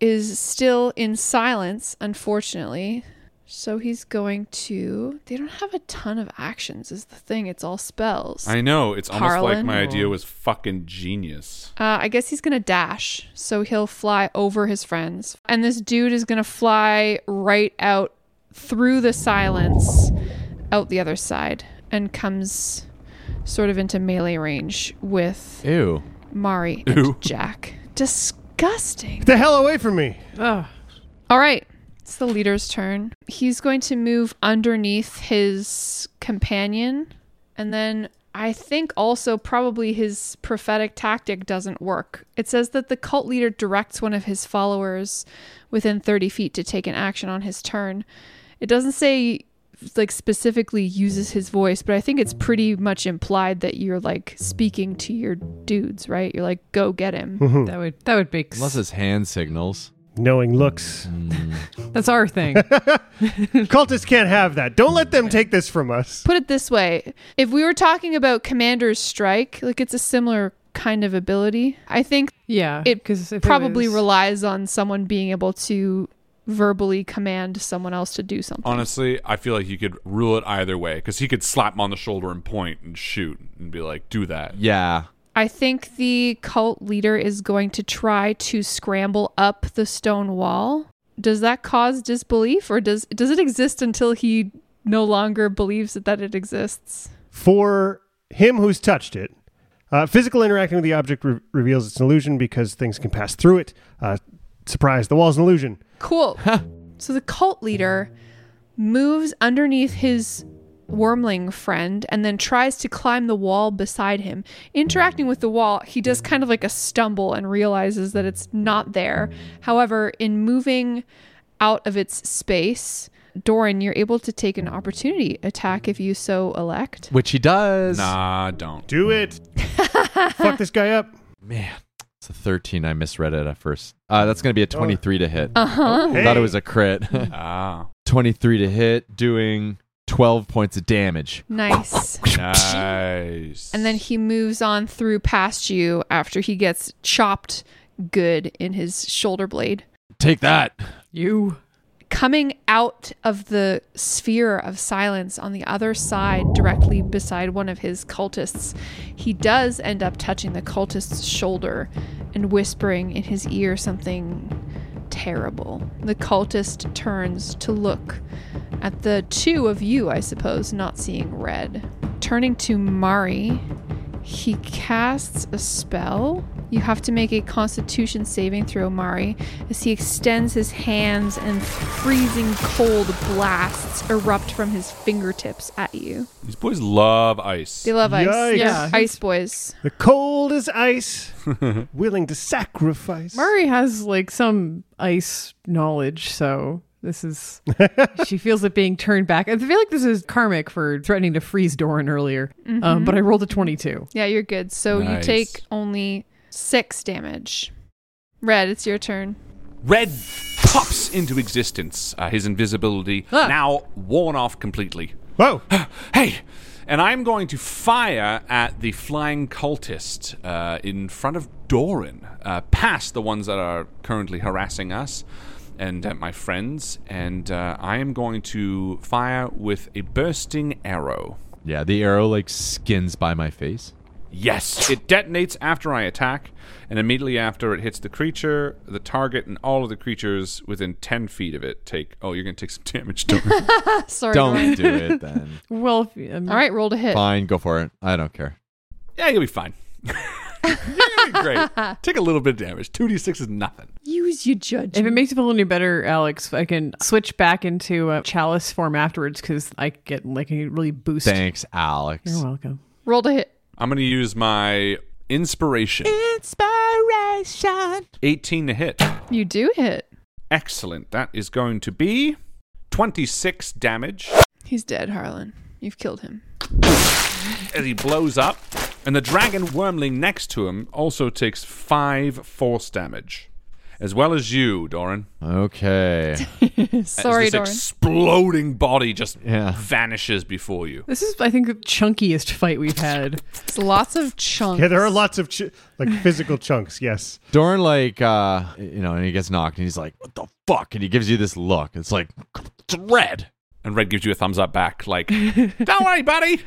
Speaker 3: is still in silence, unfortunately. So he's going to. They don't have a ton of actions, is the thing. It's all spells.
Speaker 4: I know. It's almost like
Speaker 3: Harlan.
Speaker 4: my idea was fucking genius.
Speaker 3: Uh, I guess he's gonna dash, so he'll fly over his friends, and this dude is gonna fly right out through the silence, out the other side, and comes sort of into melee range with
Speaker 7: Ew.
Speaker 3: Mari
Speaker 7: Ew.
Speaker 3: and Jack. Disgusting.
Speaker 1: Get the hell away from me.
Speaker 3: Uh. All right, it's the leader's turn. He's going to move underneath his companion, and then I think also probably his prophetic tactic doesn't work. It says that the cult leader directs one of his followers within 30 feet to take an action on his turn. It doesn't say like specifically uses his voice, but I think it's pretty much implied that you're like speaking to your dudes, right? You're like, go get him.
Speaker 7: Mhm. That
Speaker 3: would that would make
Speaker 7: Unless it's hand signals.
Speaker 1: Knowing looks.
Speaker 3: That's our thing.
Speaker 1: Cultists can't have that. Don't let them take this from us.
Speaker 3: Put it this way if we were talking about Commander's Strike, like it's a similar kind of ability. I think
Speaker 6: Yeah,
Speaker 3: it
Speaker 6: 'cause if it
Speaker 3: probably
Speaker 6: was-
Speaker 3: relies on someone being able to verbally command someone else to do something.
Speaker 4: Honestly, I feel like you could rule it either way because he could slap him on the shoulder and point and shoot and be like, "Do that."
Speaker 7: Yeah.
Speaker 3: I think the cult leader is going to try to scramble up the stone wall. Does that cause disbelief or does does it exist until he no longer believes that, that it exists?
Speaker 1: For him who's touched it, uh, physical interacting with the object re- reveals it's an illusion because things can pass through it. Uh, surprise, the wall's an illusion.
Speaker 3: Cool. So the cult leader moves underneath his wormling friend and then tries to climb the wall beside him. Interacting with the wall, he does kind of like a stumble and realizes that it's not there. However, in moving out of its space, Doran, you're able to take an opportunity attack if you so elect.
Speaker 7: Which he does.
Speaker 4: Nah, don't.
Speaker 1: Do it. Fuck this guy up.
Speaker 7: It's a 13. I misread it at first. Uh, that's going to be a 23 to hit.
Speaker 3: Uh-huh.
Speaker 7: I thought
Speaker 3: Hey.
Speaker 7: it was a crit.
Speaker 4: ah.
Speaker 7: 23 to hit, doing 12 points of damage.
Speaker 3: Nice.
Speaker 4: Nice.
Speaker 3: And then he moves on through past you after he gets chopped good in his shoulder blade.
Speaker 7: Take that.
Speaker 3: You. Coming out of the sphere of silence on the other side, directly beside one of his cultists, he does end up touching the cultist's shoulder and whispering in his ear something terrible. The cultist turns to look at the two of you, I suppose, not seeing red. Turning to Mari, he casts a spell. You have to make a constitution saving throw, Mari, as he extends his hands and freezing cold blasts erupt from his fingertips at you.
Speaker 4: These boys love ice.
Speaker 3: They love ice.
Speaker 1: Yikes.
Speaker 3: Yeah.
Speaker 1: Yeah.
Speaker 3: Ice boys.
Speaker 1: The cold as ice, willing to sacrifice.
Speaker 6: Murray has like some ice knowledge, so this is she feels it being turned back. I feel like this is karmic for threatening to freeze Doran earlier. Um,
Speaker 3: Mhm.
Speaker 6: but I rolled a twenty-two.
Speaker 3: Yeah, you're good. So you
Speaker 6: Nice.
Speaker 3: take only six damage. Red, it's your turn.
Speaker 4: Red pops into existence, uh, his invisibility
Speaker 3: Ah.
Speaker 4: now worn off completely.
Speaker 1: Whoa!
Speaker 4: hey! And I'm going to fire at the flying cultist uh, in front of Doran, uh, past the ones that are currently harassing us and uh, my friends. And uh, I am going to fire with a bursting arrow.
Speaker 7: Yeah, the arrow like skins by my face.
Speaker 4: Yes, it detonates after I attack, and immediately after it hits the creature, the target, and all of the creatures within 10 feet of it take. Oh, you're going to take some damage, don't you?
Speaker 3: Sorry.
Speaker 7: Don't
Speaker 3: Doran.
Speaker 7: do it then.
Speaker 6: Well,
Speaker 3: all right, roll to hit.
Speaker 7: Fine, go for it. I don't care.
Speaker 4: Yeah, you'll be fine. you're gonna be great. Take a little bit of damage. 2d6 is nothing.
Speaker 3: Use your judgment.
Speaker 6: If it makes you feel any better, Alex, I can switch back into uh, chalice form afterwards because I get like a really boost.
Speaker 7: Thanks, Alex.
Speaker 6: You're welcome.
Speaker 3: Roll to hit.
Speaker 4: I'm going to use my inspiration.
Speaker 3: Inspiration.
Speaker 4: 18 to hit.
Speaker 3: You do hit.
Speaker 4: Excellent. That is going to be 26 damage
Speaker 3: He's dead, Harlan. You've killed him.
Speaker 4: as he blows up, and the dragon wormling next to him also takes 5 force damage. as well as you, Doran.
Speaker 7: Okay.
Speaker 3: Sorry,
Speaker 4: as this
Speaker 3: Doran.
Speaker 4: exploding body just
Speaker 7: Yeah.
Speaker 4: vanishes before you.
Speaker 6: This is, I think, the chunkiest fight we've had.
Speaker 3: It's lots of chunks.
Speaker 1: Yeah, there are lots of ch- like physical chunks. Yes.
Speaker 7: Doran like uh you know, and he gets knocked and he's like, What the fuck? And he gives you this look. It's like it's red.
Speaker 4: And Red gives you a thumbs up back, like, Don't worry, buddy.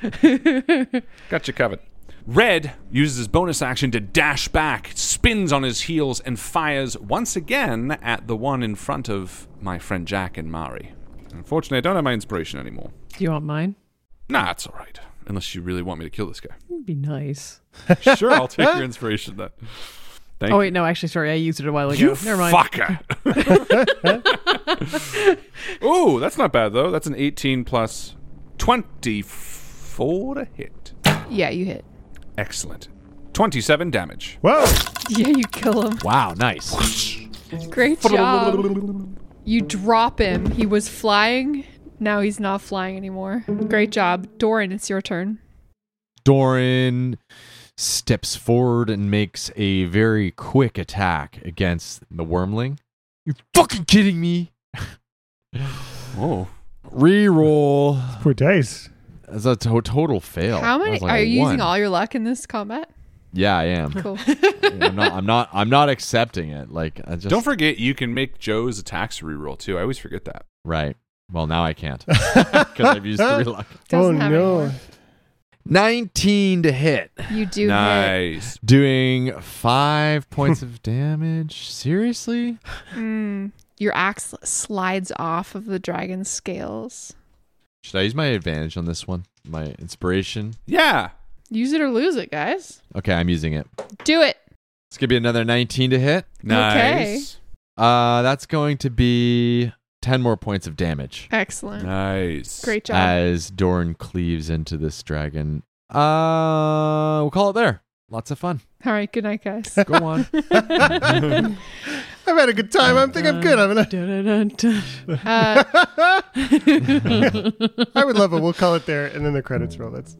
Speaker 4: Got you covered. Red uses his bonus action to dash back, spins on his heels, and fires once again at the one in front of my friend Jack and Mari. Unfortunately, I don't have my inspiration anymore.
Speaker 6: Do you want mine?
Speaker 4: Nah, it's all right. Unless you really want me to kill this guy.
Speaker 6: It'd be nice.
Speaker 4: Sure, I'll take your inspiration then. Thank
Speaker 6: oh
Speaker 4: you.
Speaker 6: wait, no, actually, sorry, I used it a while ago.
Speaker 4: You
Speaker 6: Never mind.
Speaker 4: fucker. Ooh, that's not bad though. That's an 18 plus 24 to hit.
Speaker 3: Yeah, you hit.
Speaker 4: Excellent. 27 damage.
Speaker 1: Whoa.
Speaker 3: Yeah, you kill him.
Speaker 7: Wow, nice.
Speaker 3: Great job. You drop him. He was flying. Now he's not flying anymore. Great job. Doran, it's your turn.
Speaker 7: Doran steps forward and makes a very quick attack against the wormling. You're fucking kidding me.
Speaker 4: Oh.
Speaker 7: Reroll.
Speaker 1: Poor dice.
Speaker 7: That's a to- total fail.
Speaker 3: How
Speaker 7: That
Speaker 3: many
Speaker 7: was like
Speaker 3: are
Speaker 7: a
Speaker 3: you
Speaker 7: one.
Speaker 3: using all your luck in this combat?
Speaker 7: Yeah, I am.
Speaker 3: Cool.
Speaker 7: I'm not I'm not I'm not accepting it. Like I just
Speaker 4: Don't forget you can make Joe's attacks reroll too. I always forget that.
Speaker 7: Right. Well, now I can't. Because I've used three luck.
Speaker 3: Doesn't have any more.
Speaker 7: 19 to hit.
Speaker 3: You do hit.
Speaker 4: Nice.
Speaker 7: Doing five points of damage. Seriously?
Speaker 3: Mm, your axe slides off of the dragon's scales.
Speaker 7: Should I use my advantage on this one? My inspiration?
Speaker 4: Yeah.
Speaker 3: Use it or lose it, guys.
Speaker 7: Okay, I'm using it.
Speaker 3: Do it.
Speaker 7: It's going to be another 19 to hit.
Speaker 3: Okay.
Speaker 4: Nice.
Speaker 7: Uh, that's going to be 10 more points of damage
Speaker 3: Excellent.
Speaker 4: Nice.
Speaker 3: Great job.
Speaker 7: as Doran cleaves into this dragon. Uh, we'll call it there. Lots of fun.
Speaker 3: All right. Good night, guys.
Speaker 7: Go on.
Speaker 1: I've had a good time. I think I'm good. I'm gonna.
Speaker 3: Uh,
Speaker 1: I would love it. We'll call it there, and then the credits roll. That's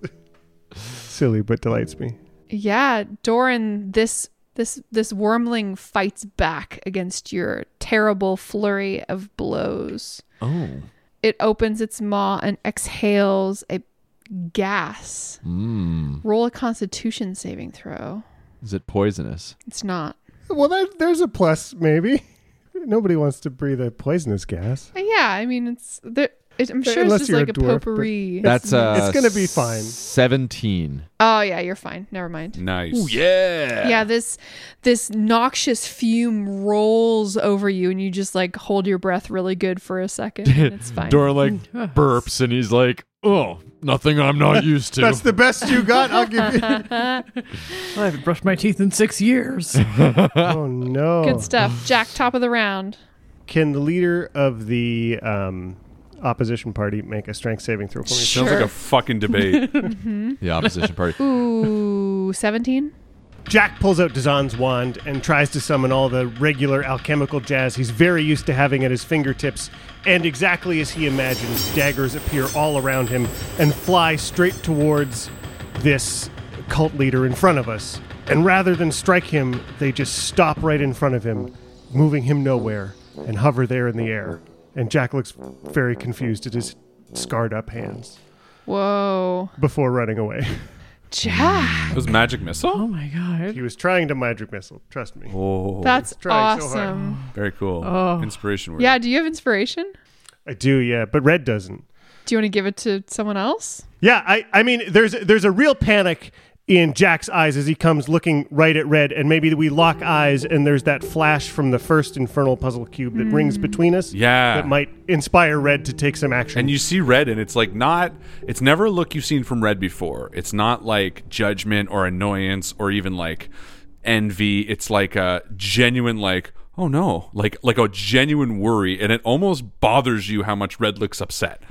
Speaker 1: silly, but delights me.
Speaker 3: yeah, Doran, this this this wormling fights back against your terrible flurry of blows.
Speaker 7: oh.
Speaker 3: It opens its maw and exhales a gas.
Speaker 7: Mm.
Speaker 3: Roll a Constitution saving throw.
Speaker 7: Is it poisonous?
Speaker 3: It's not.
Speaker 1: Well, that, there's a plus, maybe. Nobody wants to breathe a poisonous gas.
Speaker 3: Uh, Yeah, I mean it's there. It, I'm sure it's
Speaker 1: Unless
Speaker 3: just
Speaker 1: you're
Speaker 3: like
Speaker 1: a
Speaker 3: a,
Speaker 1: dwarf, but
Speaker 3: potpourri.
Speaker 7: That's uh,
Speaker 1: it's gonna be fine.
Speaker 7: Seventeen.
Speaker 3: oh yeah, you're fine. Never mind.
Speaker 4: Nice.
Speaker 7: yeah.
Speaker 3: yeah this this noxious fume rolls over you and you just like hold your breath really good for a second and it's fine
Speaker 7: Dora like burps and he's like, "Oh, nothing I'm not used to."
Speaker 1: That's the best you got. I'll give you.
Speaker 6: I haven't brushed my teeth in six years.
Speaker 1: Oh no!
Speaker 3: good stuff jack top of the round
Speaker 1: Can the leader of the um, opposition party make a strength saving throw for me?
Speaker 4: Sounds like
Speaker 3: Sure.
Speaker 4: a fucking debate.
Speaker 7: the opposition party.
Speaker 3: ooh 17
Speaker 1: Jack pulls out Dazan's wand and tries to summon all the regular alchemical jazz he's very used to having at his fingertips. And exactly as he imagines, daggers appear all around him and fly straight towards this cult leader in front of us. And rather than strike him, they just stop right in front of him, moving him nowhere, and hover there in the air. And Jack looks very confused at his scarred up hands
Speaker 3: whoa
Speaker 1: before running away.
Speaker 3: jack
Speaker 4: it was magic
Speaker 6: oh
Speaker 4: missile.
Speaker 6: my god.
Speaker 1: He was trying to magic missile, trust me.
Speaker 4: Oh,
Speaker 3: that's
Speaker 1: trying so hard.
Speaker 3: awesome
Speaker 4: very cool.
Speaker 6: Oh.
Speaker 4: Inspiration word.
Speaker 3: yeah do you have inspiration
Speaker 1: I do, yeah, but Red doesn't.
Speaker 3: do you want to give it to someone else
Speaker 1: Yeah, I, I mean, there's there's a real panic in Jack's eyes as he comes looking right at Red, and maybe we lock eyes, and there's that flash from the first infernal puzzle cube that rings between us.
Speaker 4: Yeah.
Speaker 1: that might inspire Red to take some action.
Speaker 4: And you see red, and it's like not, it's never a look you've seen from red before. It's not like judgment or annoyance or even like envy. It's like a genuine, like, oh no, like, like a genuine worry. And it almost bothers you how much red looks upset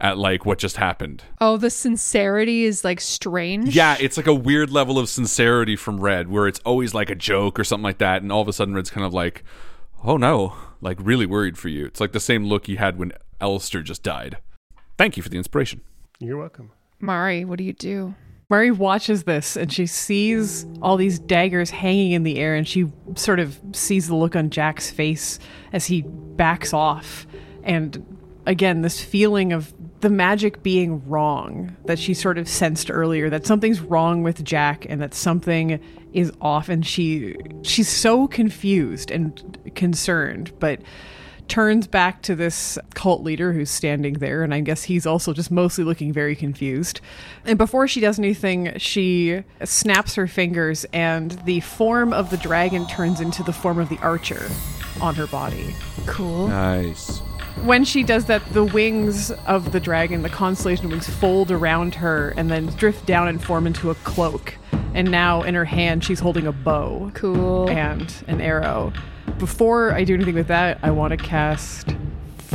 Speaker 4: at like what just happened.
Speaker 3: oh the sincerity is like strange
Speaker 4: Yeah, it's like a weird level of sincerity from red where it's always like a joke or something like that. And all of a sudden, red's kind of like, oh no, like really worried for you. It's like the same look he had when Elster just died. Thank you for the inspiration.
Speaker 1: you're welcome.
Speaker 3: mari what do you do
Speaker 6: Murray watches this and she sees all these daggers hanging in the air and she sort of sees the look on Jack's face as he backs off. And again, this feeling of the magic being wrong that she sort of sensed earlier that something's wrong with Jack and that something is off and she she's so confused and concerned but turns back to this cult leader who's standing there, and I guess he's also just mostly looking very confused. And before she does anything, she snaps her fingers, and the form of the dragon turns into the form of the archer on her body. Cool.
Speaker 4: Nice.
Speaker 6: When she does that, the wings of the dragon, the constellation wings, fold around her and then drift down and form into a cloak. And now in her hand, she's holding a bow. Cool. And an arrow. Before I do anything with that, I want to cast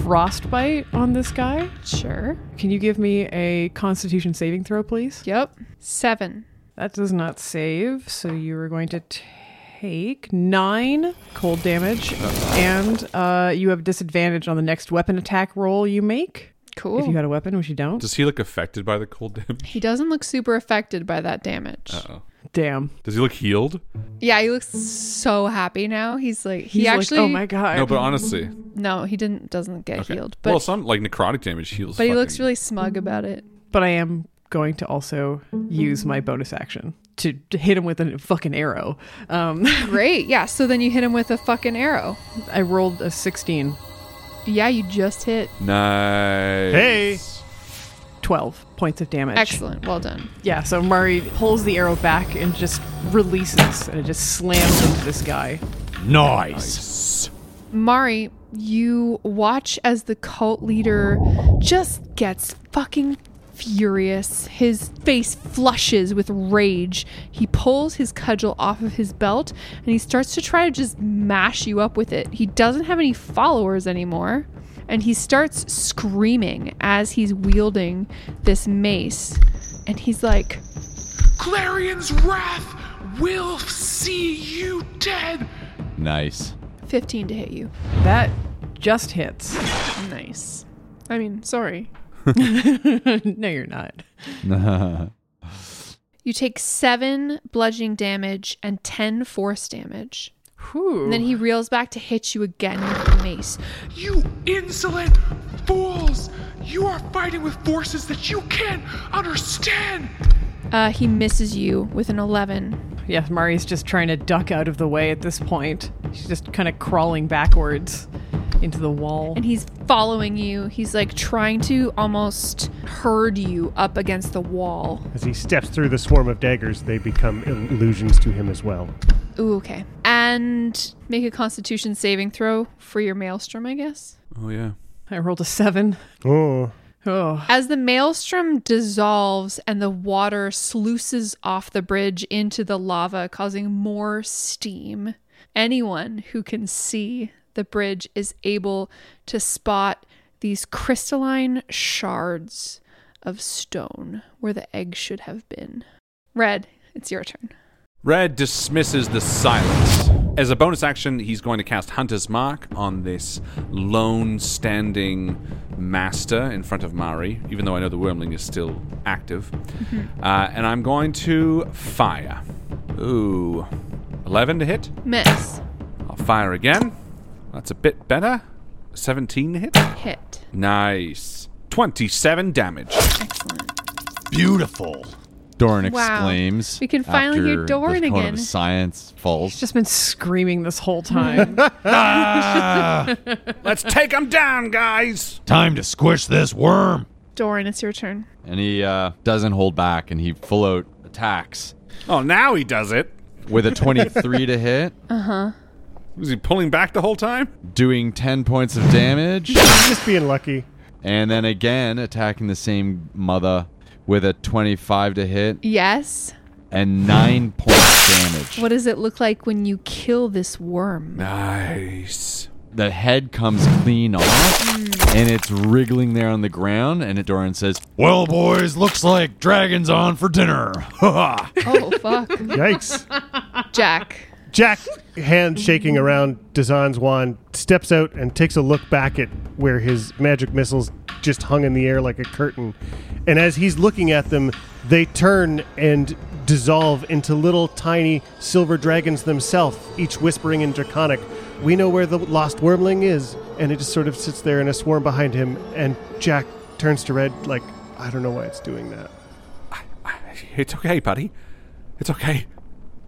Speaker 6: Frostbite on this guy. Sure. Can you give me a Constitution saving throw, please? Yep. Seven. That does not save, so you are going to take nine cold damage, and uh, you have disadvantage on the next weapon attack roll you make. Cool. If you had a weapon, which you don't.
Speaker 4: Does he look affected by the cold damage?
Speaker 3: He doesn't look super affected by that damage.
Speaker 4: Uh oh.
Speaker 6: Damn.
Speaker 4: Does he look healed?
Speaker 3: Yeah, he looks so happy now. He's like he
Speaker 6: He's like,
Speaker 3: actually
Speaker 6: "Oh my God."
Speaker 4: No, but honestly-
Speaker 3: No, he didn't doesn't get
Speaker 4: Okay.
Speaker 3: healed. But
Speaker 4: well, some like necrotic damage heals.
Speaker 3: but he
Speaker 4: fucking-
Speaker 3: looks really smug about it.
Speaker 6: But I am going to also use my bonus action to to hit him with a fucking arrow. Um,
Speaker 3: Great. Yeah, so then you hit him with a fucking arrow.
Speaker 6: I rolled a 16.
Speaker 3: Yeah, you just hit
Speaker 4: nice.
Speaker 3: Hey.
Speaker 6: 12 points of damage.
Speaker 3: Excellent. Well done.
Speaker 6: Yeah, so Murray pulls the arrow back and just releases, and it just slams into this guy.
Speaker 7: Nice.
Speaker 3: Mari, you watch as the cult leader just gets fucking furious. His face flushes with rage. He pulls his cudgel off of his belt and he starts to try to just mash you up with it. He doesn't have any followers anymore. And he starts screaming as he's wielding this mace. And he's like,
Speaker 8: Clarion's wrath will see you dead.
Speaker 7: Nice.
Speaker 3: 15 to hit you.
Speaker 6: That just hits.
Speaker 3: Nice. I mean, sorry.
Speaker 6: no, you're not.
Speaker 3: You take seven bludgeoning damage and ten force damage. And then he reels back to hit you again with the mace.
Speaker 8: You insolent fools! You are fighting with forces that you can't understand!
Speaker 3: Uh, he misses you with an 11.
Speaker 6: Yeah, Mari's just trying to duck out of the way at this point. She's just kind of crawling backwards into the wall.
Speaker 3: And he's following you. He's like trying to almost herd you up against the wall.
Speaker 1: As he steps through the swarm of daggers, they become illusions to him as well.
Speaker 3: Ooh, okay. And make a constitution saving throw for your maelstrom, I guess.
Speaker 4: Oh yeah.
Speaker 6: I rolled a seven.
Speaker 1: Oh.
Speaker 6: Oh.
Speaker 3: As the maelstrom dissolves and the water sluices off the bridge into the lava, causing more steam, anyone who can see the bridge is able to spot these crystalline shards of stone where the egg should have been. Red, it's your turn.
Speaker 4: Red dismisses the silence. As a bonus action, he's going to cast Hunter's Mark on this lone standing master in front of Mari, even though I know the Wormling is still active. Uh, and I'm going to fire. Ooh. 11 to hit.
Speaker 3: Miss.
Speaker 4: I'll fire again. That's a bit better. 17 to hit.
Speaker 3: Hit.
Speaker 4: Nice. 27 damage.
Speaker 7: Beautiful. Doran
Speaker 3: Wow.
Speaker 7: exclaims.
Speaker 3: We can finally
Speaker 7: after
Speaker 3: hear
Speaker 7: the
Speaker 3: Doran
Speaker 7: cone
Speaker 3: again.
Speaker 7: Of science falls.
Speaker 6: Just been screaming this whole time.
Speaker 7: Ah.
Speaker 4: Let's take him down, guys!
Speaker 7: Time to squish this worm.
Speaker 3: Doran, it's your turn.
Speaker 7: And he uh, doesn't hold back, and he full out attacks.
Speaker 4: Oh, now he does it.
Speaker 7: With a 23 to hit,
Speaker 3: Uh huh.
Speaker 4: Was he pulling back the whole time?
Speaker 7: doing 10 points of damage.
Speaker 1: Just being lucky.
Speaker 7: And then again, attacking the same mother with a 25 to hit
Speaker 3: Yes.
Speaker 7: and 9 points of damage.
Speaker 3: What does it look like when you kill this worm?
Speaker 4: Nice.
Speaker 7: The head comes clean off, and it's wriggling there on the ground. And Doran says, Well, boys, looks like Dragon's on for dinner.
Speaker 3: Oh, fuck.
Speaker 1: Yikes.
Speaker 3: Jack.
Speaker 1: Jack, hand shaking around Dazan's wand, steps out and takes a look back at where his magic missiles just hung in the air like a curtain. And as he's looking at them, They turn and dissolve into little tiny silver dragons themselves, each whispering in Draconic. We know where the lost wormling is, and it just sort of sits there in a swarm behind him. And Jack turns to Red, like, I don't know why it's doing that.
Speaker 4: It's okay, buddy. It's okay.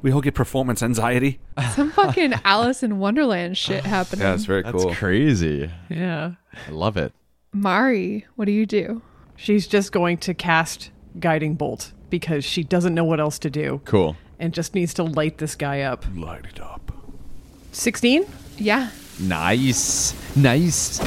Speaker 4: We all get performance anxiety.
Speaker 3: Some fucking Alice in Wonderland shit happening.
Speaker 4: Yeah, it's very
Speaker 7: That's
Speaker 4: cool.
Speaker 7: crazy.
Speaker 6: Yeah.
Speaker 7: I love it.
Speaker 3: Mari, what do you do?
Speaker 6: She's just going to cast Guiding Bolt because she doesn't know what else to do.
Speaker 7: Cool.
Speaker 6: And just needs to light this guy up.
Speaker 4: Light it up.
Speaker 6: 16?
Speaker 3: Yeah.
Speaker 7: Nice. Nice.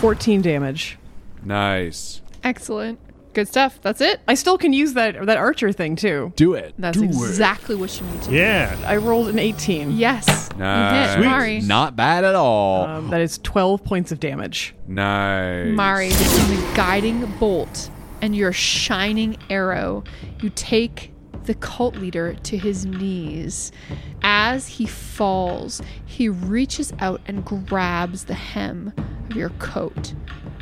Speaker 6: 14 damage.
Speaker 4: Nice.
Speaker 3: Excellent. Good stuff. That's it.
Speaker 6: I still can use that that archer thing too.
Speaker 4: Do it.
Speaker 3: That's
Speaker 6: Do it.
Speaker 3: exactly what you need to
Speaker 6: I rolled an 18.
Speaker 3: Yes.
Speaker 4: You Nice. hit. Mari. Not bad at all.
Speaker 6: Um, that is 12 points of damage.
Speaker 4: Nice.
Speaker 3: do. Mari, this is a guiding bolt and your shining arrow. You take the cult leader to his knees. As he falls, he reaches out and grabs the hem of your coat,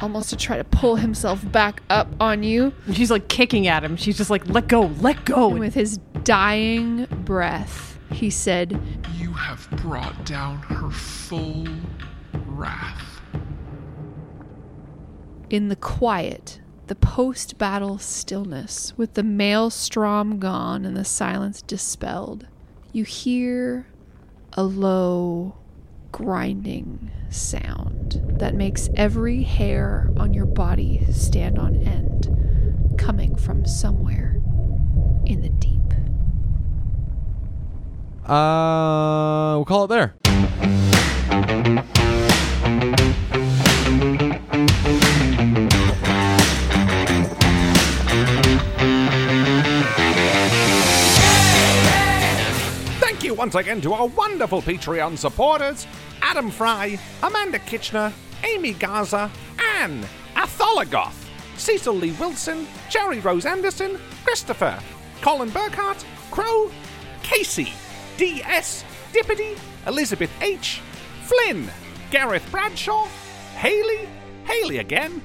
Speaker 3: almost to try to pull himself back up on you.
Speaker 6: And she's like kicking at him. She's just like, let go, let go.
Speaker 3: And with his dying breath, he said,
Speaker 8: You have brought down her full wrath.
Speaker 3: In the quiet, the post battle stillness, with the maelstrom gone and the silence dispelled, you hear a low, grinding sound that makes every hair on your body stand on end, coming from somewhere in the deep.
Speaker 7: Uh, we'll call it there.
Speaker 2: Thank you once again to our wonderful Patreon supporters Adam Fry, Amanda Kitchener, Amy Gaza, Anne, Atholagoth, Cecil Lee Wilson, Jerry Rose Anderson, Christopher, Colin Burkhart, Crow, Casey, D.S., Dippity, Elizabeth H., Flynn, Gareth Bradshaw, Haley, Haley again,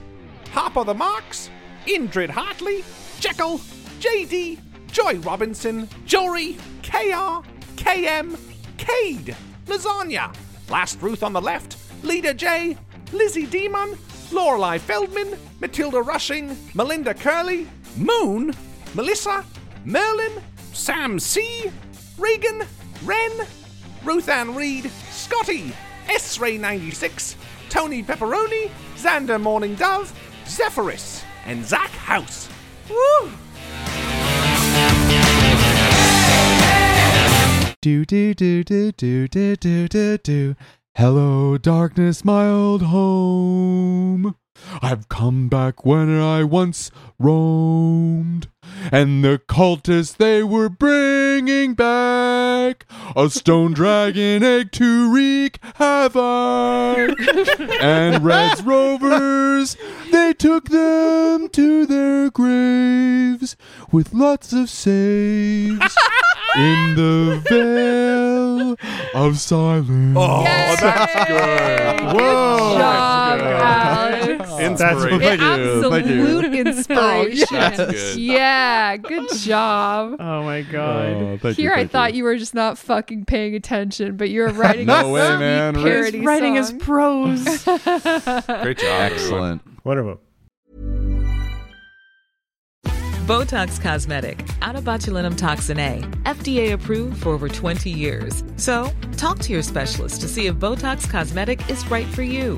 Speaker 2: Harper the Marks, Indrid Hartley, Jekyll, JD, Joy Robinson, Jory, KR, KM, Cade, Lasagna, Last Ruth on the left, Leader J, Lizzie Demon, Lorelei Feldman, Matilda Rushing, Melinda Curley, Moon, Melissa, Merlin, Sam C, Regan, Wren, Ruth Ann Reed, Scotty, S Ray 96, Tony Pepperoni, Xander Morning Dove, Zephyrus, and Zach House. Woo!
Speaker 7: Do do do do do do do do do. Hello, darkness, my old home. I've come back when I once roamed, and the cultists they were bringing back a stone dragon egg to wreak havoc. and Red's rovers they took them to their graves with lots of saves in the veil of silence. Oh,
Speaker 4: that's good.
Speaker 7: Whoa.
Speaker 1: That's what
Speaker 3: An
Speaker 1: I do. Thank you.
Speaker 3: absolute inspiration.
Speaker 1: Oh, yes. Oh, That's good.
Speaker 3: Yeah, good job.
Speaker 6: Oh my god.
Speaker 7: Oh, thank you,
Speaker 3: Here I
Speaker 7: thank
Speaker 3: thought you. were just not fucking paying attention, but you were writing a
Speaker 7: No way,
Speaker 3: sweet
Speaker 7: man. Really?
Speaker 3: parody
Speaker 7: He's writing
Speaker 6: his prose.
Speaker 4: Great job.
Speaker 7: Excellent.
Speaker 1: Wonderful.
Speaker 9: Botox Cosmetic, out of botulinum toxin A, FDA approved for over 20 years. So, talk to your specialist to see if Botox Cosmetic is right for you.